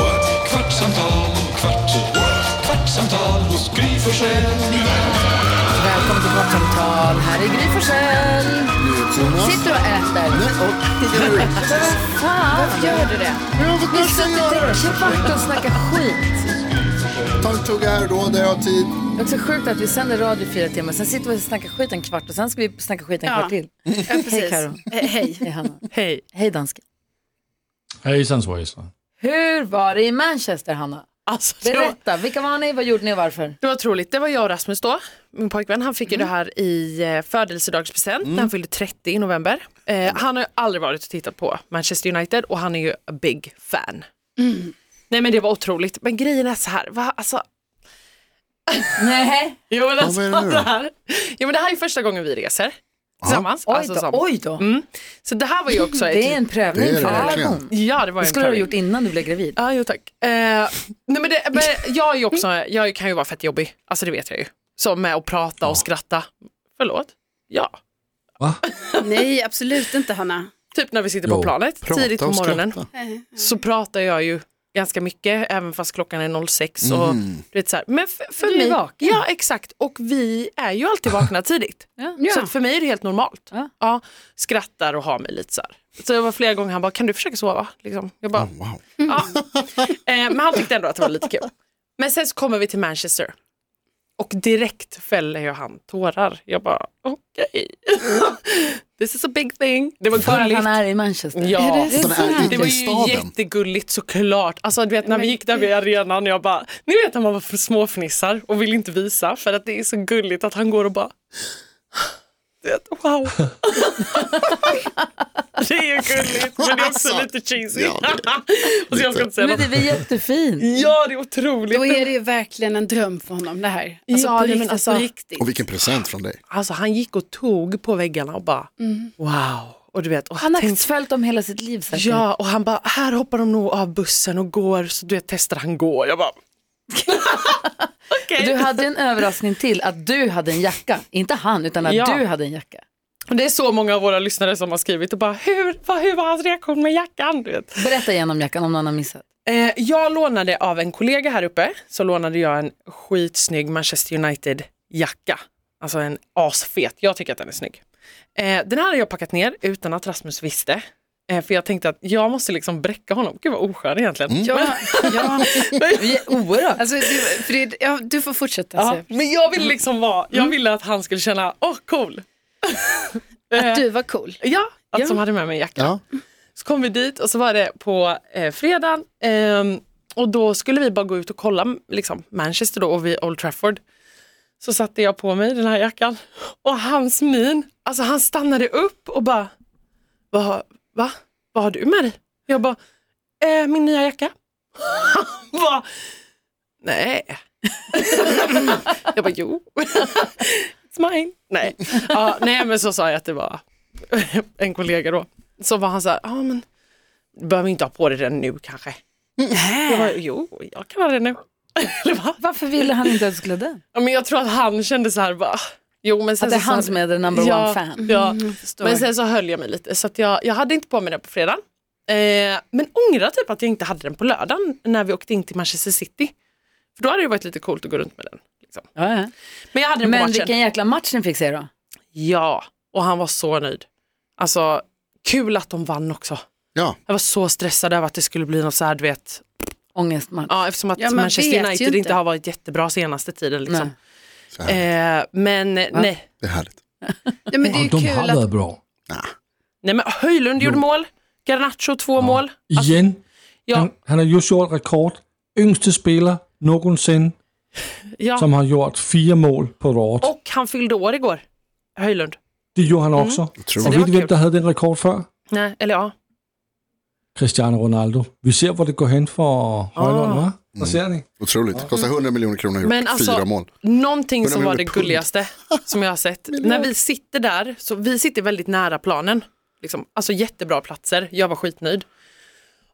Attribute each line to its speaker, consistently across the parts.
Speaker 1: what? kvartsamtal, kvart, what? kvartsamtal hos Gry Forssell med vänner.
Speaker 2: Välkommen till Kvartsamtal. Här är Gry Forssell. Sitter och äter. Vad fan gör du det?
Speaker 3: Jag har fått
Speaker 2: Vi suttit en kvart och snackat skit.
Speaker 3: Ta en tugga här då, där jag har tid.
Speaker 2: Det är också sjukt att vi sänder radio i fyra timmar, sen sitter vi och snackar skit en kvart och sen ska vi snacka skit en kvart till. Hej Karo. Hej Hanna. Hej. Hej dansken.
Speaker 4: Hejsan svejsan.
Speaker 2: Hur var det i Manchester Hanna?
Speaker 5: Alltså, det, var,
Speaker 2: Berätta, vilka var ni, vad gjorde ni och varför?
Speaker 5: det var otroligt. Det var jag och Rasmus då, min pojkvän. Han fick
Speaker 2: Mm.
Speaker 5: ju det här i eh, födelsedagspresent när han fyllde 30 i november.
Speaker 2: Mm.
Speaker 5: Eh, han har ju aldrig varit och tittat på Manchester United och han är ju a big fan.
Speaker 2: Mm.
Speaker 5: Nej men det var otroligt. Men grejen är så här, va? Alltså,
Speaker 2: Nej.
Speaker 5: jo, men alltså,
Speaker 3: vad är det nu då?
Speaker 5: det, här, jo, men det här är första gången vi reser tillsammans.
Speaker 2: Oj
Speaker 5: alltså,
Speaker 2: då,
Speaker 5: som-
Speaker 2: oj då.
Speaker 5: Så det här var ju också ett...
Speaker 2: Det är en prövning
Speaker 3: Det är det
Speaker 2: för
Speaker 3: verkligen.
Speaker 2: ögon.
Speaker 5: Ja, det var
Speaker 2: Det
Speaker 5: en
Speaker 2: skulle du ha
Speaker 5: prövning.
Speaker 2: gjort innan du blev gravid.
Speaker 5: Ja, jo tack. Eh, nej, men det, men jag, är ju också, jag kan ju vara fett jobbig, alltså det vet jag ju. Som med att prata och skratta. Förlåt? Ja.
Speaker 6: Nej, absolut inte Hanna.
Speaker 5: Typ när vi sitter på
Speaker 4: Jo,
Speaker 5: planet
Speaker 3: prata
Speaker 5: tidigt på
Speaker 3: och
Speaker 5: morgonen
Speaker 3: skratta.
Speaker 5: så pratar jag ju ganska mycket även fast klockan är 06. Och,
Speaker 3: Mm.
Speaker 5: du vet, så här. Men för, för
Speaker 2: Du är
Speaker 5: mig,
Speaker 2: vaken.
Speaker 5: Ja exakt och vi är ju alltid vakna tidigt.
Speaker 2: Ja.
Speaker 5: Så att för mig är det helt normalt.
Speaker 2: Ja.
Speaker 5: Ja. skrattar och har mig lite så här. Så det var flera gånger han bara, kan du försöka sova? Liksom. Jag bara,
Speaker 3: Ah, Wow.
Speaker 5: Ja. Eh, men han tyckte ändå att det var lite kul. Men sen så kommer vi till Manchester. Och direkt fäller jag han tårar. Jag bara, okej. This is a big thing. Det var
Speaker 2: För att han
Speaker 5: gulligt.
Speaker 2: är i Manchester.
Speaker 5: Ja.
Speaker 3: Så den är
Speaker 5: Det
Speaker 3: i,
Speaker 5: var
Speaker 3: i
Speaker 5: ju
Speaker 3: staden.
Speaker 5: jättegulligt såklart. Alltså du vet när vi gick där vid arenan jag bara, ni vet när man var för småfnissar och vill inte visa för att det är så gulligt att han går och bara, du vet, wow. det är gulligt men det är också lite cheesy.
Speaker 3: Alltså, Ja,
Speaker 5: och så jag ska inte säga
Speaker 2: Men
Speaker 5: något.
Speaker 2: det är väl jättefint.
Speaker 5: Ja det är otroligt.
Speaker 6: Då är det ju verkligen en dröm för honom det här.
Speaker 5: Ja,
Speaker 6: på
Speaker 5: nej, men
Speaker 6: riktigt,
Speaker 5: alltså-
Speaker 6: på riktigt.
Speaker 3: Och vilken present från dig.
Speaker 5: Alltså han gick och tog på väggarna och bara wow. Och du vet, och
Speaker 2: Mm. Han har
Speaker 5: tänk-
Speaker 2: följt om hela sitt liv säkert.
Speaker 5: Ja, och han bara, här hoppar de nog av bussen och går, så du vet, testar han gå. Jag bara, okej.
Speaker 2: Du hade en överraskning till, att du hade en jacka. Inte han, utan att
Speaker 5: Ja.
Speaker 2: du hade en jacka.
Speaker 5: Och Det är så många av våra lyssnare som har skrivit och bara, hur, vad, hur var hans reaktion med jackan? Du vet.
Speaker 2: Berätta igen om jackan om någon har missat.
Speaker 5: Eh, jag lånade av en kollega här uppe, så lånade jag en skitsnygg Manchester United-jacka. Alltså en asfet, jag tycker att den är snygg. Eh, den här hade jag packat ner utan att Rasmus visste. Eh, för jag tänkte att jag måste liksom bräcka honom. Gud vad oskön egentligen.
Speaker 6: Ja, ja.
Speaker 2: Vi är oerhört.
Speaker 6: Alltså, du, för det, ja, du får fortsätta.
Speaker 5: Ja,
Speaker 6: Alltså.
Speaker 5: men jag ville liksom vara, jag ville att han skulle känna, åh cool.
Speaker 6: Att du var cool.
Speaker 5: Ja, att
Speaker 6: Ja.
Speaker 5: som hade med mig en jacka.
Speaker 3: Ja.
Speaker 5: Så kom vi dit och så var det på eh, fredagen ehm, och då skulle vi bara gå ut och kolla liksom, Manchester då och vid Old Trafford. Så satte jag på mig den här jackan och hans min, alltså han stannade upp och bara, vad har, va? Vad har du med dig? Jag bara, eh, min nya jacka. Han bara, nej. jag bara, jo. It's mine. Nej. Ja, nej, men så sa jag att det var en kollega då. Så var han så här, ja ah, men du behöver inte ha på dig den nu kanske. Jag bara, jo, jag kan ha den nu. Eller va?
Speaker 2: Varför ville han inte att du skulle ha den?
Speaker 5: Ja, men jag tror att han kände så här, bara, jo men sen
Speaker 2: Att det är
Speaker 5: så sa
Speaker 2: han som är the number
Speaker 5: ja,
Speaker 2: one fan. Mm,
Speaker 5: Ja. men sen så höll jag mig lite så att jag, jag hade inte på mig den på fredagen. Eh, men ångrar typ att jag inte hade den på lördagen när vi åkte in till Manchester City. För då hade det varit lite coolt att gå runt med den. Liksom.
Speaker 2: Ja, ja.
Speaker 5: Men jag hade den på
Speaker 2: Men
Speaker 5: matchen.
Speaker 2: vilken jäkla match ni fick se då.
Speaker 5: Ja, och han var så nöjd. Alltså, kul att de vann också.
Speaker 3: Ja.
Speaker 5: Jag var så stressad över att det skulle bli något så här, du vet,
Speaker 2: Ångestmatch.
Speaker 5: ja, eftersom att
Speaker 6: Ja, man vet ju
Speaker 5: Manchester United
Speaker 6: inte.
Speaker 5: inte. har varit jättebra senaste tiden. Liksom.
Speaker 2: Nej.
Speaker 3: Så här.
Speaker 5: Eh, men nej.
Speaker 3: Det är härligt.
Speaker 6: Ja, men det är ju
Speaker 4: de har
Speaker 6: kul att
Speaker 4: varit bra.
Speaker 5: nej, men Höjlund gjorde mål, Garnacho två mål. Alltså,
Speaker 4: Igen.
Speaker 5: ja,
Speaker 4: Han, han har just gjort rekord. Yngste spelare någonsin
Speaker 5: ja.
Speaker 4: som har gjort fyra mål på rad.
Speaker 5: Och han fyllde år igår, Höjlund.
Speaker 4: Det gjorde han också.
Speaker 3: Otroligt.
Speaker 5: Så
Speaker 4: Och
Speaker 5: det
Speaker 4: vet
Speaker 5: var
Speaker 4: du vem
Speaker 5: kul.
Speaker 4: som hade den rekord för?
Speaker 5: Nej, eller ja.
Speaker 4: Cristiano Ronaldo. Vi ser hvor det går hen for Højlund, hva? Hvad ser ni?
Speaker 7: Otroligt. Kostar 100 miljoner kronor och
Speaker 5: Men
Speaker 7: gjort
Speaker 5: alltså,
Speaker 7: fyra mål.
Speaker 5: någonting som
Speaker 7: Men de
Speaker 5: var
Speaker 7: är
Speaker 5: det
Speaker 7: med pund.
Speaker 5: gulligaste som jag har sett. När vi sitter där, så vi sitter väldigt nära planen. Liksom, alltså jättebra platser, jag var skitnöjd.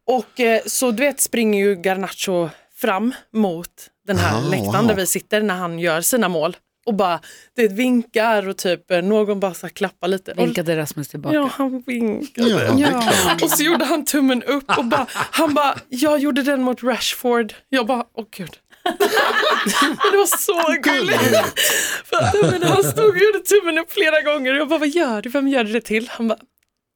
Speaker 5: Och eh, så du vet springer ju Garnacho fram mot den här
Speaker 7: Ah,
Speaker 5: läktaren där
Speaker 7: wow.
Speaker 5: vi sitter när han gör sina mål. Och bara, det vinkar och typ eh, någon bara så här klappar lite. Och-
Speaker 2: Vinkade Rasmus tillbaka.
Speaker 5: Ja, han vinkar.
Speaker 7: Ja, det är klart.
Speaker 5: Och så gjorde han tummen upp och bara, han bara, jag gjorde den mot Rashford. Jag bara, åh gud. Men det var så gulligt. För att, jag menar, han stod och gjorde tummen upp flera gånger och jag bara, vad gör du? Vem gör du det till? Han bara,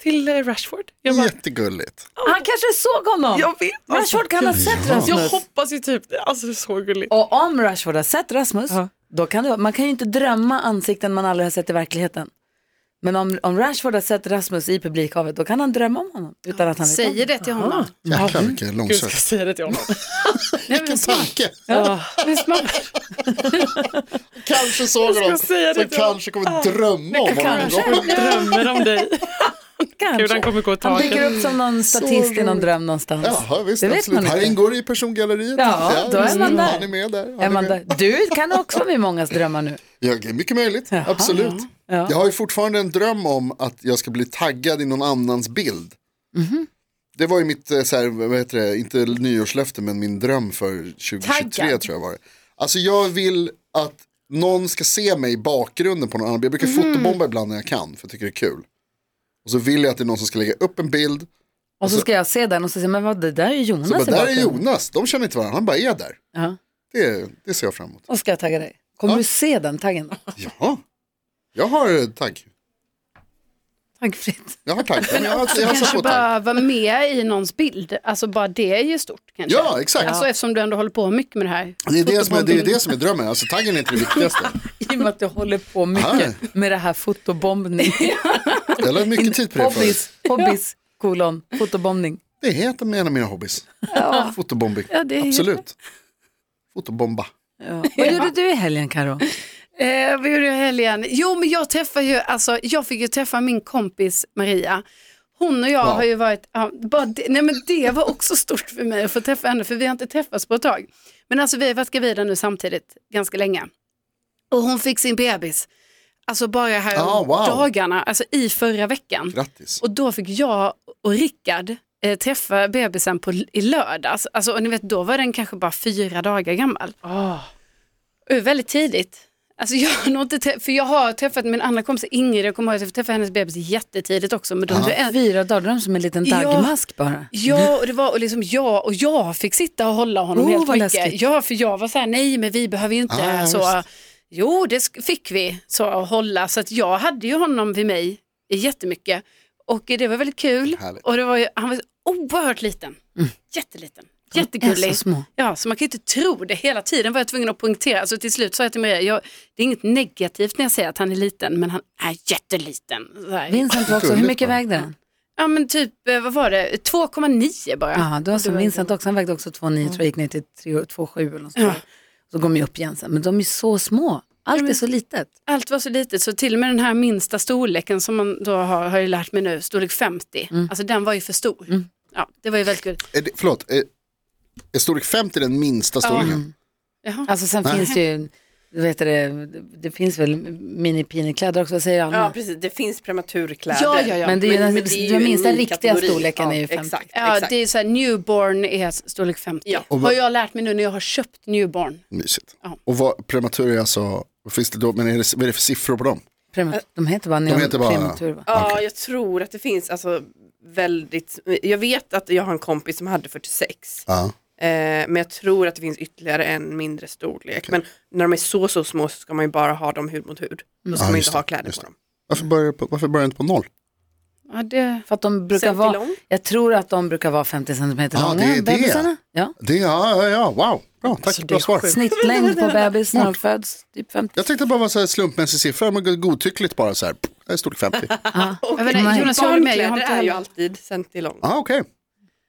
Speaker 5: till eh, Rashford. Jag bara,
Speaker 7: Jättegulligt.
Speaker 2: Han kanske såg honom.
Speaker 5: jag vet. Alltså,
Speaker 2: Rashford kan ha sett
Speaker 5: jag
Speaker 2: Rasmus.
Speaker 5: hoppas ju typ, det. alltså det är så gulligt.
Speaker 2: Och om Rashford har sett Rasmus, då kan du, man kan ju inte drömma ansikten man aldrig har sett i verkligheten. Men om, om Rashford har sett Rasmus i publikhavet, då kan han drömma om honom utan att han vet om
Speaker 6: Säger det till honom.
Speaker 7: Jäklar vilken
Speaker 5: Gud, ska jag
Speaker 7: långsökt.
Speaker 5: säga det till honom?
Speaker 7: Vilken tanke.
Speaker 6: Visst, man-
Speaker 7: Kanske såg
Speaker 5: ska
Speaker 7: de.
Speaker 5: säga det
Speaker 7: Sen
Speaker 5: till honom.
Speaker 7: kanske kommer drömma om honom.
Speaker 2: kanske.
Speaker 7: någon gång.
Speaker 5: Drömmer om dig.
Speaker 2: Kanske.
Speaker 5: Gud, han kommer gå i
Speaker 2: Han dyker
Speaker 5: taket.
Speaker 2: upp som någon statist i någon dröm någonstans.
Speaker 7: Ja, visst,
Speaker 2: det vet
Speaker 7: absolut.
Speaker 2: man
Speaker 7: Här
Speaker 2: inte.
Speaker 7: ingår det i persongalleriet.
Speaker 2: Ja, då är
Speaker 7: visst,
Speaker 2: man där.
Speaker 7: Han är med där. Han är
Speaker 2: Amanda,
Speaker 7: med.
Speaker 2: du kan också vara med i mångas drömmar nu.
Speaker 7: Ja, det är mycket möjligt, absolut.
Speaker 2: Ja.
Speaker 7: Jag har ju fortfarande en dröm om att jag ska bli taggad i någon annans bild.
Speaker 2: Mhm.
Speaker 7: Det var ju mitt, eh, så här, vad heter det, inte nyårslöfte men min dröm för 2023
Speaker 2: Taggad.
Speaker 7: tror jag var det. Alltså jag vill att någon ska se mig i bakgrunden på någon annan bild. Jag brukar
Speaker 2: Mm.
Speaker 7: fotobomba ibland när jag kan för jag tycker det är kul. Och så vill jag att det är någon som ska lägga upp en bild.
Speaker 2: Och så ska jag se den och så säger men vad, det där är ju Jonas
Speaker 7: alltså- Så bara,
Speaker 2: i
Speaker 7: där är
Speaker 2: bakgrunden."
Speaker 7: Jonas, de känner inte varandra, han bara är där.
Speaker 2: Ja.
Speaker 7: Det, det ser jag fram emot.
Speaker 2: Och ska jag tagga dig. Kommer
Speaker 7: Ja.
Speaker 2: du se den taggen? då?
Speaker 7: Ja, jag har eh, tagg.
Speaker 2: Taggfritt.
Speaker 7: Jag har tagg. Ja, men Jag har, jag har satt
Speaker 6: kanske
Speaker 7: på tagg.
Speaker 6: bara vara med i någons bild. Alltså bara det är ju stort kanske.
Speaker 7: Ja, exakt.
Speaker 6: Alltså eftersom du ändå håller på mycket med det här.
Speaker 7: Det är det, som är, det är det som är drömmen, alltså taggen är inte det viktigaste.
Speaker 2: I och med att du håller på mycket
Speaker 7: Ah.
Speaker 2: med det här fotobombning.
Speaker 7: Jag lade mycket tid på det förut.
Speaker 2: Hobbies, hobbies, kolon, fotobombning.
Speaker 7: Det heter en av mina hobbys. Fotobombing,
Speaker 6: det är-
Speaker 7: absolut. Fotobomba.
Speaker 2: Ja. Vad gjorde du i helgen Karo?
Speaker 6: Eh, vad gjorde jag i helgen? Jo, men jag träffade ju, alltså jag fick ju träffa min kompis Maria. Hon och jag
Speaker 7: Wow.
Speaker 6: har ju varit, ja, bara det, nej men det var också stort för mig att få träffa henne, för vi har inte träffats på ett tag. Men alltså vi har varit gravida nu samtidigt, ganska länge. Och hon fick sin bebis, alltså bara här
Speaker 7: Ah, wow.
Speaker 6: dagarna, alltså i förra veckan.
Speaker 7: Grattis.
Speaker 6: Och då fick jag och Rickard eh, träffa bebisen på, i lördags. Alltså, och ni vet, då var den kanske bara fyra dagar gammal. Och Väldigt tidigt. Alltså jag, har nog inte trä- för jag har träffat min andra kompis Ingrid, jag kommer ihåg att jag träffade hennes bebis jättetidigt också. Men då, du är,
Speaker 2: Fyra dagar dröm som en liten
Speaker 6: Ja.
Speaker 2: dagmask bara.
Speaker 6: ja, och det var och liksom jag och jag fick sitta och hålla honom
Speaker 2: Oh,
Speaker 6: helt
Speaker 2: vad
Speaker 6: mycket.
Speaker 2: läskigt.
Speaker 6: Ja, för jag var så här, nej men vi behöver ju inte
Speaker 7: Ah,
Speaker 6: så.
Speaker 7: visst.
Speaker 6: Jo, det sk- fick vi så att hålla. Så att jag hade ju honom vid mig jättemycket. Och eh, det var väldigt kul.
Speaker 7: Härligt.
Speaker 6: Och det var ju, han var så oerhört liten. Jätteliten. Jättegullig.
Speaker 2: Mm. är så små.
Speaker 6: Ja, så man kan ju inte tro det. Hela tiden var jag tvungen att poängtera. Alltså, till slut sa jag till Maria, jag, det är inget negativt när jag säger att han är liten, men han är jätteliten. Så här.
Speaker 2: Vincent var också, hur
Speaker 7: Gulligt,
Speaker 2: mycket
Speaker 7: va?
Speaker 2: vägde den?
Speaker 6: Ja, men typ, eh, vad var det, 2,9 bara.
Speaker 2: Ja, du har som Vincent också, han vägde också 2,9 tror jag, gick ner till 3 2,7 eller något sånt. där. Så går de ju upp igen sen, men de är så små. Allt är så litet.
Speaker 6: Allt var så litet, så till och med den här minsta storleken som man då har, har jag lärt mig nu, storlek 50,
Speaker 8: Mm.
Speaker 6: alltså den var ju för stor. Ja, det var ju väldigt kul.
Speaker 7: Är det, förlåt, är, är storlek 50 den minsta storleken?
Speaker 6: Jaha.
Speaker 2: Alltså sen finns det ju, du vet det, det finns väl mini-pinikläder också, vad säger Anna?
Speaker 8: Ja, precis. Det finns prematurkläder.
Speaker 6: Ja, ja, ja.
Speaker 2: Men det är ju den- den minsta
Speaker 8: unik
Speaker 2: riktiga
Speaker 8: kategori.
Speaker 2: storleken är ju 50.
Speaker 8: Exakt,
Speaker 6: Ja,
Speaker 8: exakt.
Speaker 6: det är så här, newborn är storlek 50.
Speaker 8: Ja.
Speaker 7: Och vad-
Speaker 6: Har jag lärt mig nu när jag har köpt newborn.
Speaker 7: Mysigt.
Speaker 6: Ja.
Speaker 7: Och vad, prematur är alltså, vad finns det då, men är det, vad är det för siffror på dem?
Speaker 2: Prema- de heter bara,
Speaker 7: De heter bara-
Speaker 2: prematur, va?
Speaker 8: Ja, jag tror att det finns alltså väldigt, jag vet att jag har en kompis som hade 46.
Speaker 7: Ja.
Speaker 8: Eh, men jag tror att det finns ytterligare en mindre storlek. Men när de är så, så små så ska man ju bara ha dem hud mot hud. Då ska
Speaker 7: Ja,
Speaker 8: man
Speaker 7: just
Speaker 8: inte ha
Speaker 7: det,
Speaker 8: kläder
Speaker 7: just
Speaker 8: på
Speaker 7: det.
Speaker 8: dem.
Speaker 7: Varför börjar det på- varför börjar det inte på noll?
Speaker 6: Ja, det...
Speaker 2: För att de brukar
Speaker 8: Centi
Speaker 2: vara,
Speaker 8: lång?
Speaker 2: jag tror att de brukar vara 50 centimeter
Speaker 7: Ja,
Speaker 2: långa,
Speaker 7: det är det.
Speaker 2: bebisarna. Ja.
Speaker 7: Det, ja, ja, ja, wow, bra, tack, bra svar.
Speaker 2: Snittlängd på bebis när de föds, typ 50.
Speaker 7: Jag tänkte bara vara så här slumpmässig siffra, men godtyckligt bara så här, pff, det är storlek 50.
Speaker 8: Och
Speaker 6: Jag vet
Speaker 8: barn-
Speaker 6: inte, Jonas, Alltså, jag håller med, jag har
Speaker 8: barnkläder
Speaker 6: inte
Speaker 8: är ju
Speaker 6: heller-
Speaker 8: alltid centilång.
Speaker 7: Ah, okej.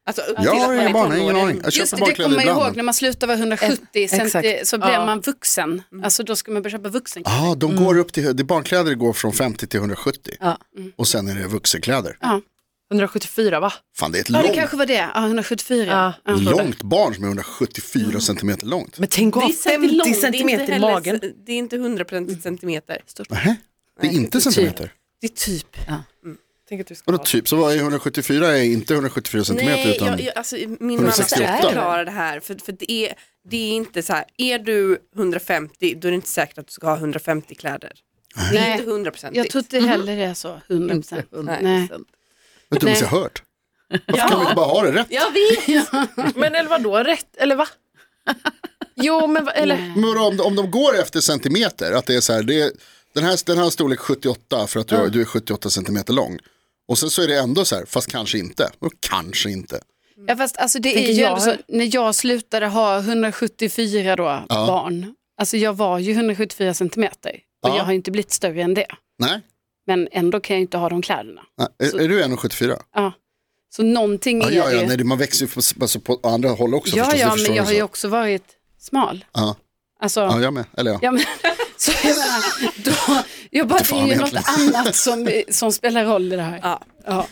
Speaker 8: Alltså, upp till
Speaker 7: Jag
Speaker 8: att
Speaker 7: har
Speaker 8: man
Speaker 7: inga
Speaker 8: är
Speaker 7: barn, jag har ingen
Speaker 8: tonåring.
Speaker 7: aning. Jag
Speaker 6: Just
Speaker 7: köper
Speaker 6: det, det kommer
Speaker 7: barnkläder
Speaker 6: man
Speaker 7: ibland.
Speaker 6: ihåg när man slutar vara 170 centi
Speaker 2: Exakt.
Speaker 6: eh, så blev man vuxen.
Speaker 8: Mm.
Speaker 6: Alltså då ska man börja köpa vuxen.
Speaker 7: Ja, ah, de går upp till, det är barnkläder går från 50 till 170
Speaker 2: Ja.
Speaker 7: och sen är det vuxenkläder.
Speaker 6: Ja.
Speaker 5: 174 va?
Speaker 7: Fan det är ett
Speaker 6: Ja, det
Speaker 7: långt,
Speaker 6: kanske var det. Ja, 174. Ja.
Speaker 7: långt barn som är 174 centimeter långt.
Speaker 5: Men tänk
Speaker 8: Det är
Speaker 5: om.
Speaker 8: 50
Speaker 6: långt, det är inte
Speaker 8: centimeter i
Speaker 6: heller-
Speaker 8: magen. Det är inte 100% centimeter. Stort.
Speaker 7: Nähä, det är inte centimeter.
Speaker 8: Det är typ.
Speaker 5: Tänk att du ska
Speaker 7: Vadå
Speaker 5: ha-
Speaker 7: typ, så vad är 174 är inte 174 centimeter
Speaker 8: Nej,
Speaker 7: utan...
Speaker 8: jag, jag, alltså, min mamma ska
Speaker 7: 168.
Speaker 8: förklara det här. För, för det, är, det är inte så här, är du 150 då är det inte säkert att du ska ha 150 kläder. Det är
Speaker 6: Nej,
Speaker 8: inte 100%.
Speaker 6: jag tror inte heller det är så. 100 procent.
Speaker 8: Mm.
Speaker 6: Nej.
Speaker 7: Jag tror jag har hört. Varför kan man inte bara ha det rätt?
Speaker 8: jag vet.
Speaker 5: Men eller vadå, rätt, eller va? Jo men va- eller,
Speaker 7: Men vadå, om, de- om de går efter centimeter, att det är så här, det är, den, här, den här storlek 78 för att du, du är 78 centimeter lång. Och sen så är det ändå så här, fast kanske inte. Och kanske inte.
Speaker 6: Ja, fast alltså det är
Speaker 5: Tänker
Speaker 6: ju
Speaker 5: jag.
Speaker 6: ändå så, när jag slutade ha 174 då, barn, alltså jag var ju 174 centimeter och
Speaker 7: Ja.
Speaker 6: jag har ju inte blivit större än det.
Speaker 7: Nej,
Speaker 6: Men ändå kan jag ju inte ha de kläderna.
Speaker 7: Nej. Är,
Speaker 6: Så-
Speaker 7: är du 1,74?
Speaker 6: Ja. Så någonting
Speaker 7: Ja,
Speaker 6: är
Speaker 7: ja,
Speaker 6: det
Speaker 7: ja.
Speaker 6: ju.
Speaker 7: Nej, det- man växer ju på, alltså på andra håll också
Speaker 6: ja,
Speaker 7: förstås. det
Speaker 6: ja
Speaker 7: förstår
Speaker 6: men jag
Speaker 7: du
Speaker 6: har ju
Speaker 7: så.
Speaker 6: också varit smal.
Speaker 7: Ja.
Speaker 6: Alltså,
Speaker 7: Ja, jag med. Eller ja.
Speaker 6: Ja, men, så jag menar, då, jag bara, det
Speaker 7: fan
Speaker 6: är ju något
Speaker 7: egentligen.
Speaker 6: annat som, som spelar roll i det här.
Speaker 8: Ja.
Speaker 6: Ja.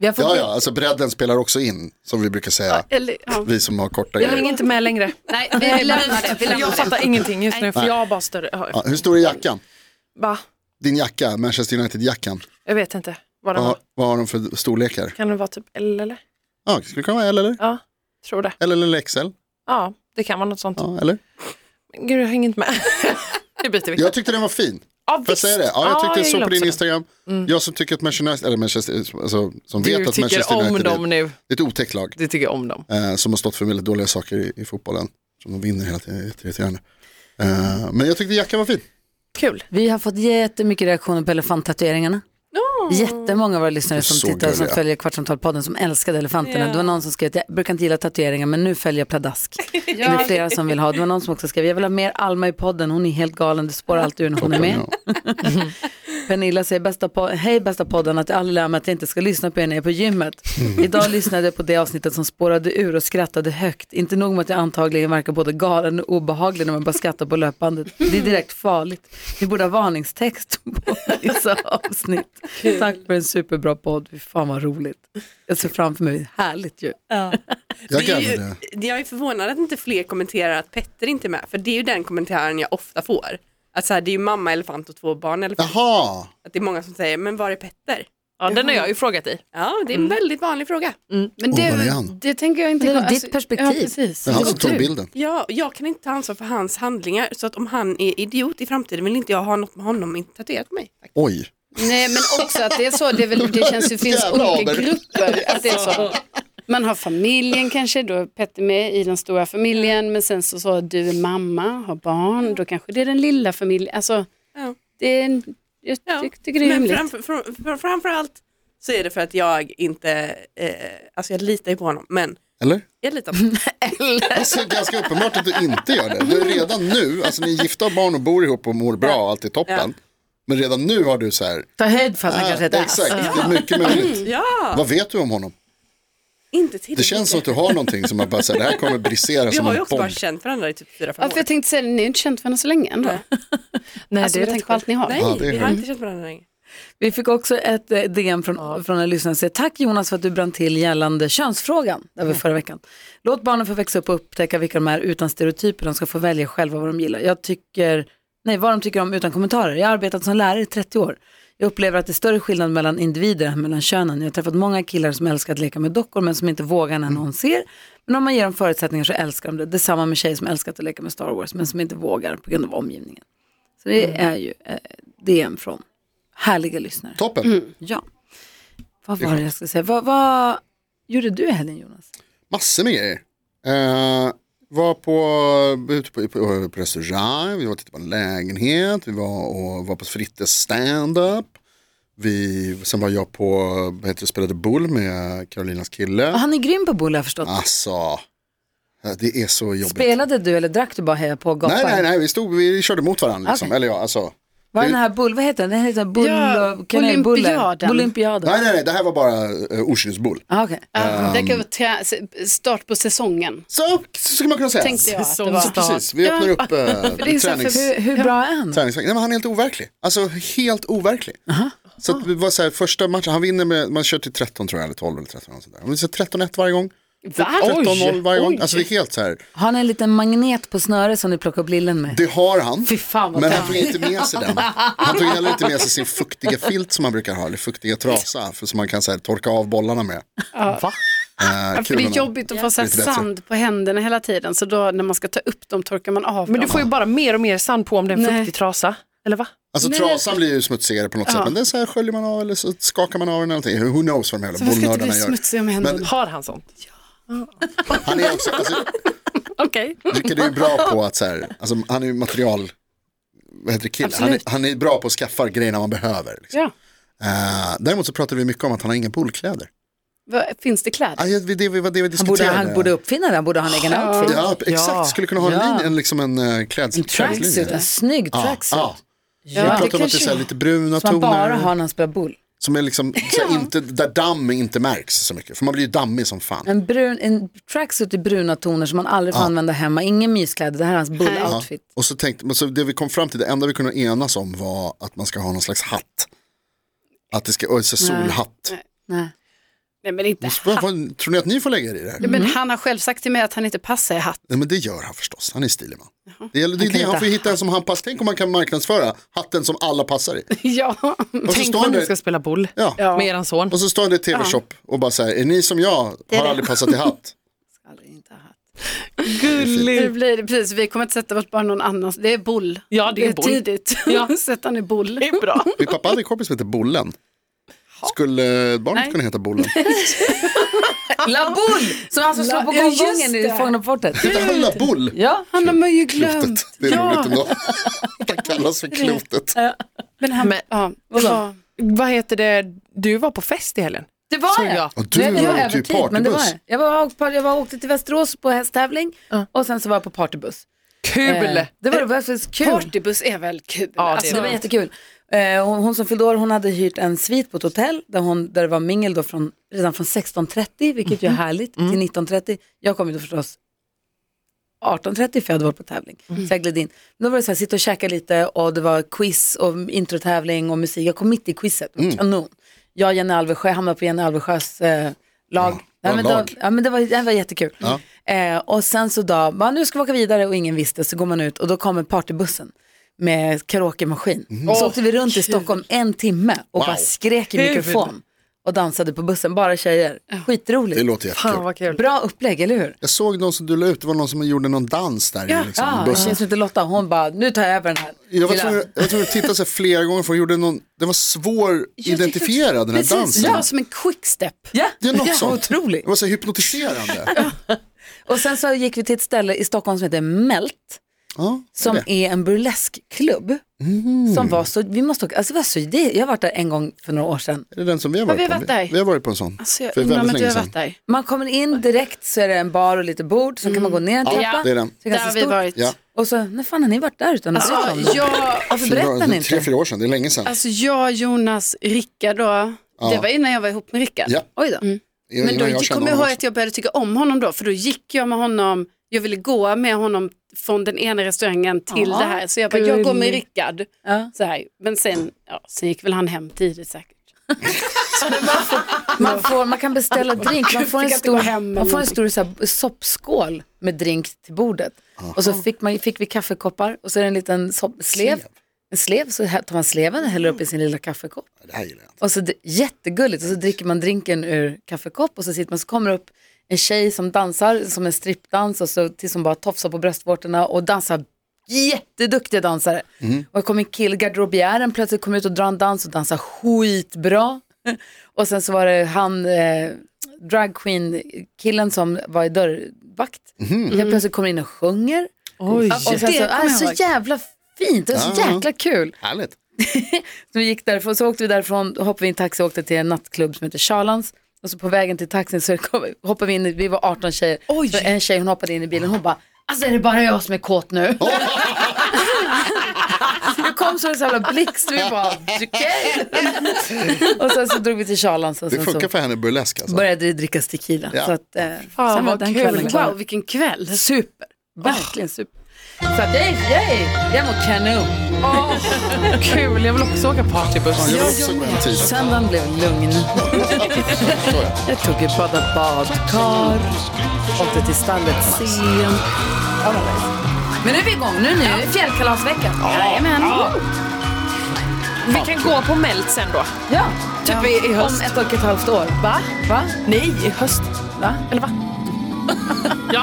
Speaker 5: vi har fått
Speaker 7: Ja, ja, alltså bredden spelar också in, som vi brukar säga,
Speaker 6: Eller, ja.
Speaker 7: vi som har korta
Speaker 5: Jag hänger
Speaker 7: grejer.
Speaker 5: inte med längre.
Speaker 6: Nej, vi lämnar det. Vi lämnar
Speaker 5: Jag
Speaker 6: det.
Speaker 5: fattar ingenting just nu för jag har bara större. ja,
Speaker 7: Ja, hur stor är jackan?
Speaker 5: Va?
Speaker 7: Din jacka, Manchester United-jackan,
Speaker 5: Jag vet inte. Vad den
Speaker 7: vad,
Speaker 5: var.
Speaker 7: vad har de för storlekar?
Speaker 5: Kan den vara typ L eller?
Speaker 7: Ja, skulle det kunna vara L eller?
Speaker 5: Ja, tror det.
Speaker 7: L eller XL?
Speaker 5: Ja, det kan vara något sånt.
Speaker 7: Ja, eller?
Speaker 5: Men Gud, jag hänger inte med. Det byter vi.
Speaker 7: Jag tyckte den var fin.
Speaker 5: Ja,
Speaker 7: Får jag säga det? Ja, jag tyckte jag såg på din Instagram. Jag som tycker att Manchester United, eller Manchester, alltså, som vet
Speaker 5: Du
Speaker 7: att Manchester
Speaker 5: tycker om
Speaker 7: United är
Speaker 5: dem nu.
Speaker 7: ett otäckt lag
Speaker 5: Du tycker om dem.
Speaker 7: eh, som har stått för väldigt dåliga saker i, i fotbollen. Som de vinner hela tiden, Det är jätteirriterande. Eh, men jag tyckte jackan var fin.
Speaker 5: Kul.
Speaker 2: Vi har fått jättemycket reaktioner på elefanttatueringarna. Jättemånga av våra
Speaker 7: Det
Speaker 2: lyssnare
Speaker 7: är
Speaker 2: som
Speaker 7: så
Speaker 2: tittar som
Speaker 7: gulliga.
Speaker 2: följer Kvartsamtal-podden som älskade elefanterna.
Speaker 8: Ja.
Speaker 2: Det var någon som skrev att jag brukar inte gilla tatueringar men nu följer jag pladask. Det är flera som vill ha. Det var någon som också skrev jag vill ha mer Alma i podden, hon är helt galen, det spårar allt ur när hon är med.
Speaker 7: Ja.
Speaker 2: Pernilla säger, bästa po- hej bästa podden, att jag aldrig lär mig att jag inte ska lyssna på er när jag är på gymmet. Idag lyssnade jag på det avsnittet som spårade ur och skrattade högt. Inte nog med att jag antagligen verkar både galen och obehaglig när man bara skrattar på löpbandet. Det är direkt farligt. Vi borde ha varningstext på vissa avsnitt. Tack för en superbra podd, Fy fan vad roligt. Jag ser framför mig, härligt ju.
Speaker 7: Jag
Speaker 8: Det är
Speaker 7: kan
Speaker 8: ju,
Speaker 7: det.
Speaker 8: jag är förvånad att inte fler kommenterar att Petter inte är med, för det är ju den kommentaren jag ofta får. Att så här, det är ju mamma elefant och två barn elefant.
Speaker 7: Jaha,
Speaker 8: Att det är många som säger, men var är Petter?
Speaker 5: Ja, den har jag ju frågat i.
Speaker 8: Ja, det är en väldigt vanlig fråga.
Speaker 6: Mm. Men
Speaker 7: Oh, var är
Speaker 6: det,
Speaker 7: han?
Speaker 6: det tänker jag inte.
Speaker 2: Det är nog
Speaker 6: alltså,
Speaker 2: ditt perspektiv.
Speaker 6: Ja, precis.
Speaker 7: det är han som tog bilden.
Speaker 8: Ja, jag kan inte ta ansvar för hans handlingar, så att om han är idiot i framtiden vill inte jag ha något med honom tatuerat på mig. Tack.
Speaker 7: Oj,
Speaker 6: Nej, men också att det är så. Det, är väl, det känns ju finns
Speaker 7: Jävla
Speaker 6: olika
Speaker 7: aber.
Speaker 6: grupper. Att det är så. Man har familjen kanske, då är Petter med i den stora familjen. Men sen så, så du är mamma, har barn, då kanske det är den lilla familjen. Alltså,
Speaker 8: Ja.
Speaker 6: det är, en- jag
Speaker 8: Ja,
Speaker 6: tyck, tycker det är
Speaker 8: Men
Speaker 6: rimligt.
Speaker 8: framför, fram, fram- framförallt så är det för att jag inte, eh, alltså jag litar ju på honom, men
Speaker 7: eller?
Speaker 8: jag litar på honom.
Speaker 7: Alltså, Det ser ganska uppenbart att du inte gör det. Du är redan nu, alltså ni är gifta och barn och bor ihop och mår bra och allt är toppen. Men redan nu har du så här,
Speaker 2: Ta höjd för att
Speaker 8: Alltså,
Speaker 2: han
Speaker 7: äh,
Speaker 2: kanske heter Ass.
Speaker 7: exakt, det är mycket möjligt.
Speaker 8: Mm. Ja,
Speaker 7: Vad vet du om honom?
Speaker 8: inte till
Speaker 7: Det känns som att du har någonting som man bara säger, det här kommer brisera
Speaker 8: Vi
Speaker 7: som
Speaker 8: har ju
Speaker 7: en
Speaker 8: också
Speaker 7: bomb.
Speaker 8: bara känt varandra i typ fyra fem
Speaker 6: Ja,
Speaker 8: år.
Speaker 6: för jag tänkte säga, ni har inte känt varandra så länge ändå.
Speaker 5: Nej,
Speaker 6: alltså,
Speaker 5: det
Speaker 6: jag
Speaker 5: är
Speaker 6: tänker på allt ni har.
Speaker 8: Nej,
Speaker 7: Ja, det är
Speaker 8: vi har inte känt varandra länge.
Speaker 2: Vi fick också ett eh, DM från, från en lyssnare som säger tack Jonas för att du brann till gällande könsfrågan över förra veckan. Låt barnen få växa upp och upptäcka vilka de är utan stereotyper. De ska få välja själva vad de gillar. Jag tycker, nej vad de tycker om utan kommentarer. Jag har arbetat som lärare i 30 år. Jag upplever att det är större skillnad mellan individer än mellan könen. Jag har träffat många killar som älskar att leka med dockor men som inte vågar när någon ser. Men om man ger dem förutsättningar så älskar de det. Detsamma med tjejer som älskar att leka med Star Wars men som inte vågar på grund av omgivningen. Så det är ju eh, DM från härliga lyssnare.
Speaker 7: Toppen.
Speaker 8: Mm.
Speaker 2: Ja. Vad var det jag skulle säga? Vad, vad gjorde du i helgen Jonas?
Speaker 7: Massor med grejer. Eh, var på, ute på, på, på restaurang, vi var och tittade på en lägenhet, vi var och var på Frittes stand-up. Vi, sen var jag på, vad heter det, spelade boule med Karolinas kille.
Speaker 2: Och Han är grym på boule har jag förstått.
Speaker 7: Alltså, det är så jobbigt.
Speaker 2: Spelade du eller drack du bara heja på och gapade?
Speaker 7: nej, nej, nej, vi, stod, vi körde mot varandra liksom.
Speaker 2: Okej.
Speaker 7: Eller ja, alltså.
Speaker 2: Var det den här bull, vad heter den? Den heter bull,
Speaker 6: Ja,
Speaker 2: kan jag- bulle?
Speaker 6: Olympiaden.
Speaker 2: Olympiaden.
Speaker 7: Nej, nej, nej, det här var bara uh, okynnesboule.
Speaker 2: Ah, okej.
Speaker 6: Ja, det kan vara trä- se- start på säsongen,
Speaker 7: Så, så skulle man kunna säga.
Speaker 6: tänkte jag att det
Speaker 5: Säsong.
Speaker 6: var.
Speaker 7: Så precis, vi öppnar upp eh,
Speaker 6: det är så
Speaker 7: tränings...
Speaker 2: Hur,
Speaker 6: för-
Speaker 2: hur bra är han?
Speaker 7: Träningsverk. Nej, men han är helt overklig. Alltså helt overklig. Så
Speaker 6: Ah.
Speaker 7: att det var så här, första matchen, han vinner med, man kör till 13 tror jag, eller 12 eller 13. eller sånt där. Men så 13-1 varje gång,
Speaker 6: Va?
Speaker 7: 13-0 varje gång.
Speaker 6: Oj.
Speaker 7: Alltså det är helt så här,
Speaker 2: Har han en liten magnet på snöret som du plockar upp lillen med?
Speaker 7: det har han.
Speaker 2: Fy fan vad
Speaker 7: Men
Speaker 2: bra.
Speaker 7: han tog inte med sig den. Han tog heller inte med sig sin fuktiga filt som man brukar ha, eller fuktiga trasa, för som man kan så här, torka av bollarna med.
Speaker 4: Va?
Speaker 7: Eh,
Speaker 6: För det är
Speaker 7: kulorna.
Speaker 6: jobbigt att få så här
Speaker 7: Lite bättre.
Speaker 6: sand på händerna hela tiden, så då när man ska ta upp dem torkar man av
Speaker 5: Men du
Speaker 6: dem.
Speaker 5: får ju bara mer och mer sand på om det är en
Speaker 6: Nej.
Speaker 5: fuktig trasa. Eller va?
Speaker 7: Alltså trasan blir ju smutsigare på något sätt, men den så här sköljer man av eller så skakar man av den eller någonting. Who knows vad de
Speaker 6: Så
Speaker 7: jävla
Speaker 6: varför ska inte bli
Speaker 7: bollnördarna gör.
Speaker 6: smutsig om händerna?
Speaker 5: Har han sånt?
Speaker 7: Han är också, alltså,
Speaker 6: Okej.
Speaker 7: Rickard är ju bra på att så här, alltså, han är ju material, vad heter det, kille. Han är, han är bra på att skaffa grejerna man behöver. Liksom.
Speaker 6: Ja.
Speaker 7: Eh, däremot så pratade vi mycket om att han har inga poolkläder.
Speaker 6: Vad- Finns det kläder?
Speaker 7: Ah, ja, det var det vi
Speaker 2: Han borde,
Speaker 7: diskuterade.
Speaker 2: han borde uppfinna det, han borde ha en egen outfit.
Speaker 7: Ja, exakt. Skulle kunna ha en, linje, en, liksom en uh, kläds
Speaker 2: En tracksuit, en snygg tracksuit.
Speaker 7: Ja, ja.
Speaker 2: Ja,
Speaker 7: Vi
Speaker 2: det
Speaker 7: pratade om att det är
Speaker 2: kanske-
Speaker 7: så här lite bruna
Speaker 2: Som
Speaker 7: toner.
Speaker 2: man bara har när han spelar boule.
Speaker 7: Som är liksom, så här, inte, där damm inte märks så mycket. För man blir ju dammig som fan.
Speaker 2: En, brun, en tracksuit i bruna toner som man aldrig får använda hemma. Ingen myskläder, det här är hans
Speaker 7: Ja.
Speaker 2: bull-outfit.
Speaker 7: Och så tänkte, men så det vi kom fram till, det enda vi kunde enas om var att man ska ha någon slags hatt. Att det ska, och så solhatt.
Speaker 2: Nej.
Speaker 6: Nej men inte.
Speaker 7: Måste- vad- vad- Tror ni att ni får lägga er i det här?
Speaker 6: Men han har själv sagt till mig att han inte passar i hatt.
Speaker 7: Nej men det gör han förstås, han är stilig man. Det gäller, det, är
Speaker 2: kan
Speaker 7: det, han
Speaker 2: inte
Speaker 7: får ju hitta en som han passar, tänk om man kan marknadsföra hatten som alla passar i.
Speaker 6: ja.
Speaker 7: Och så
Speaker 5: Tänk
Speaker 7: står han
Speaker 5: om ni
Speaker 7: där,
Speaker 5: ska spela boll
Speaker 7: ja.
Speaker 5: med eran son.
Speaker 7: Och så står han i ett tv-shop och bara säger, är ni som jag, har aldrig passat i hatt.
Speaker 6: Det blir, precis, vi kommer inte sätta vårt barn någon annans. Det är bull.
Speaker 5: Ja, det är boll.
Speaker 6: tidigt.
Speaker 5: Ja.
Speaker 6: Sätt han i bull.
Speaker 5: Det är bra.
Speaker 7: Min pappa hade en kompis som hette Bollen. Skulle barnet
Speaker 6: Nej.
Speaker 7: kunna heta Bollen?
Speaker 2: La boule! Som han som slår på
Speaker 6: Ja, just
Speaker 2: gånggången i
Speaker 6: det.
Speaker 2: Fångarna på fortet.
Speaker 7: Hette han La Boll?
Speaker 2: Ja,
Speaker 6: Han har man ju glömt.
Speaker 7: Klotet, det är
Speaker 6: Ja.
Speaker 7: roligt ändå. Han kallas för Klotet.
Speaker 6: Men han,
Speaker 5: Men-
Speaker 6: ja, det var,
Speaker 5: Vad heter det, du var på fest i helgen?
Speaker 2: det var
Speaker 5: Såg
Speaker 2: det.
Speaker 5: jag.
Speaker 7: Och du
Speaker 2: Nej, det
Speaker 7: var ju
Speaker 2: övertid,
Speaker 7: typ
Speaker 2: men det var
Speaker 7: partybuss.
Speaker 2: det. jag. Var, åkt på- jag var åkte till Västerås på hästtävling och sen så var jag på partybuss.
Speaker 5: Kul!
Speaker 2: Eh, det var det var faktiskt kul.
Speaker 6: partybuss är väl kul?
Speaker 5: Ja, det är
Speaker 2: Alltså, det var jättekul. Eh, hon, hon som fyllde år, hon hade hyrt en svit på ett hotell där, hon, där det var mingel då från, redan från 16.30, vilket ju är härligt, till 19.30. Jag kom ju då förstås 18.30 för jag hade varit på tävling. Så jag gled in. Men då var det så här, sitta och käka lite och det var quiz och introtävling och musik. Jag kom mitt i quizet, det var kanon. Jag och Jenny Alvesjö hamnade på Jenny Alvesjös eh, lag.
Speaker 7: vad
Speaker 2: men
Speaker 7: lag.
Speaker 2: Då, ja, men det, var, det var jättekul.
Speaker 7: Ja.
Speaker 2: Eh, och sen så då, bara, nu ska vi åka vidare och ingen visste, så går man ut och då kommer partybussen med karaokemaskin. Så åkte vi runt i Stockholm en timme och
Speaker 7: Mhm. Wow.
Speaker 2: bara skrek i mikrofon och dansade på bussen, bara tjejer. Skitroligt.
Speaker 7: Det låter jättekul.
Speaker 5: Fan vad kul.
Speaker 2: Bra upplägg, eller hur?
Speaker 7: Jag såg någon som du la ut, det var någon som gjorde någon dans där i liksom,
Speaker 2: Ja,
Speaker 7: bussen.
Speaker 2: tjejen som heter Lotta, hon bara, nu tar jag över den här.
Speaker 7: Jag var
Speaker 2: lilla-
Speaker 7: tvungen jag var tvungen att titta så här flera gånger för hon gjorde någon, den var svår identifierad den här
Speaker 6: Precis,
Speaker 7: dansen.
Speaker 6: det var som en quickstep.
Speaker 2: Ja,
Speaker 7: Det är något
Speaker 2: ja
Speaker 7: sånt.
Speaker 2: otroligt.
Speaker 7: Det var så här hypnotiserande.
Speaker 2: Och sen så gick vi till ett ställe i Stockholm som heter Melt,
Speaker 7: Ja, Mhm.
Speaker 2: som
Speaker 7: det.
Speaker 2: är en burleskklubb. Som var så, vi måste åka, alltså det var så, det, jag har varit där en gång för några år sedan.
Speaker 7: det är den som vi har varit,
Speaker 6: vi har
Speaker 7: på.
Speaker 6: varit där.
Speaker 7: Vi har varit på en sån.
Speaker 6: Alltså, jag
Speaker 7: För
Speaker 6: undrar om
Speaker 7: väldigt
Speaker 6: inte
Speaker 7: länge
Speaker 6: jag har
Speaker 7: sedan.
Speaker 6: varit där.
Speaker 2: Man kommer in direkt så är det en bar och lite bord, så kan man gå ner en
Speaker 7: Ja,
Speaker 2: trappa.
Speaker 7: det är den.
Speaker 2: Så är det
Speaker 6: Där Alltså,
Speaker 2: ganska
Speaker 6: har vi
Speaker 2: stort.
Speaker 6: varit.
Speaker 7: Ja.
Speaker 2: Och så, när fan har ni varit där utan att berätta om
Speaker 6: Alltså,
Speaker 2: det?
Speaker 6: jag,
Speaker 2: Varför
Speaker 7: Fyra-
Speaker 2: berättar ni
Speaker 7: Tre,
Speaker 2: inte?
Speaker 7: fyra år sedan, det är länge sedan.
Speaker 6: alltså jag, Jonas, Rickard då. Det var innan jag var ihop med Rickard.
Speaker 7: Ja.
Speaker 2: Oj då.
Speaker 7: Innan
Speaker 6: Men då
Speaker 7: jag
Speaker 6: jag
Speaker 7: kände
Speaker 6: kommer jag
Speaker 7: honom
Speaker 6: ihåg
Speaker 7: också.
Speaker 6: att jag började tycka om honom då, för då gick jag med honom, jag ville gå med honom från den ena restaurangen till det här, så jag bara, jag går med Rickard.
Speaker 2: Ja.
Speaker 6: Så här. Men sen, ja, sen gick väl han hem tidigt säkert.
Speaker 2: Man, får, man kan beställa drink, man får en
Speaker 6: Fick inte gå
Speaker 2: stor,
Speaker 6: hem eller
Speaker 2: man får en stor så här, soppskål med drink till bordet. Och så fick, man, fick vi kaffekoppar och så är det en liten sopp, slev. En slev, så här tar man sleven och häller upp i sin lilla kaffekopp.
Speaker 7: Det här gillar jag inte.
Speaker 2: Och så, dr- jättegulligt, och så dricker man drinken ur kaffekopp och så sitter man, så kommer det upp en tjej som dansar som en strippdans och så tills hon bara tofsar på bröstvårtorna och dansar jätteduktiga dansare. Och det kom en kille, garderobiären plötsligt kom ut och drar en dans och dansar skitbra. och sen så var det han, eh, dragqueen-killen som var i dörrvakt, helt plötsligt kommer in och sjunger.
Speaker 5: Oj.
Speaker 2: Och sen så,
Speaker 6: Det kommer
Speaker 2: ah,
Speaker 6: jag
Speaker 2: så
Speaker 6: ihåg.
Speaker 2: jävla fint, det var så
Speaker 7: Ja.
Speaker 2: jäkla kul.
Speaker 7: Härligt.
Speaker 2: Så, vi gick därifrån, så åkte vi därifrån, hoppade vi i en taxi och åkte till en nattklubb som heter Charlans. Och så på vägen till taxin så kom, hoppade vi in, i- vi var 18 tjejer.
Speaker 5: Oj.
Speaker 2: Så en tjej hon hoppade in i bilen hon bara, alltså är det bara jag som är kåt nu? Det kom som en sån jävla blixt och vi bara, okej. och sen så drog vi till Charlans och
Speaker 7: Det
Speaker 2: sen så
Speaker 7: funkar för henne burlesk alltså.
Speaker 2: började det drickas tequila.
Speaker 7: Ja.
Speaker 2: Så att, eh,
Speaker 5: Fan,
Speaker 2: sen var
Speaker 5: vad
Speaker 2: den
Speaker 5: kul.
Speaker 2: kvällen klar.
Speaker 6: Wow, vilken kväll.
Speaker 2: Super. Verkligen super. Så att jag är, jag är, jag mår kanon.
Speaker 5: Kul, jag vill också åka partybuss.
Speaker 7: Jag vill också gå en tid.
Speaker 2: Söndagen blev lugn. jag tog ett badat badkar, åkte till stallet sent. Ja, det var nice. Men nu är vi igång, nu, nu är det fjällkalasvecka. Jajamän.
Speaker 5: Vi kan gå på melt sen då.
Speaker 2: Ja, typ i, i höst. Om ett och ett halvt år. Va? Va?
Speaker 5: Nej, i höst.
Speaker 2: Va?
Speaker 5: Eller va? ja,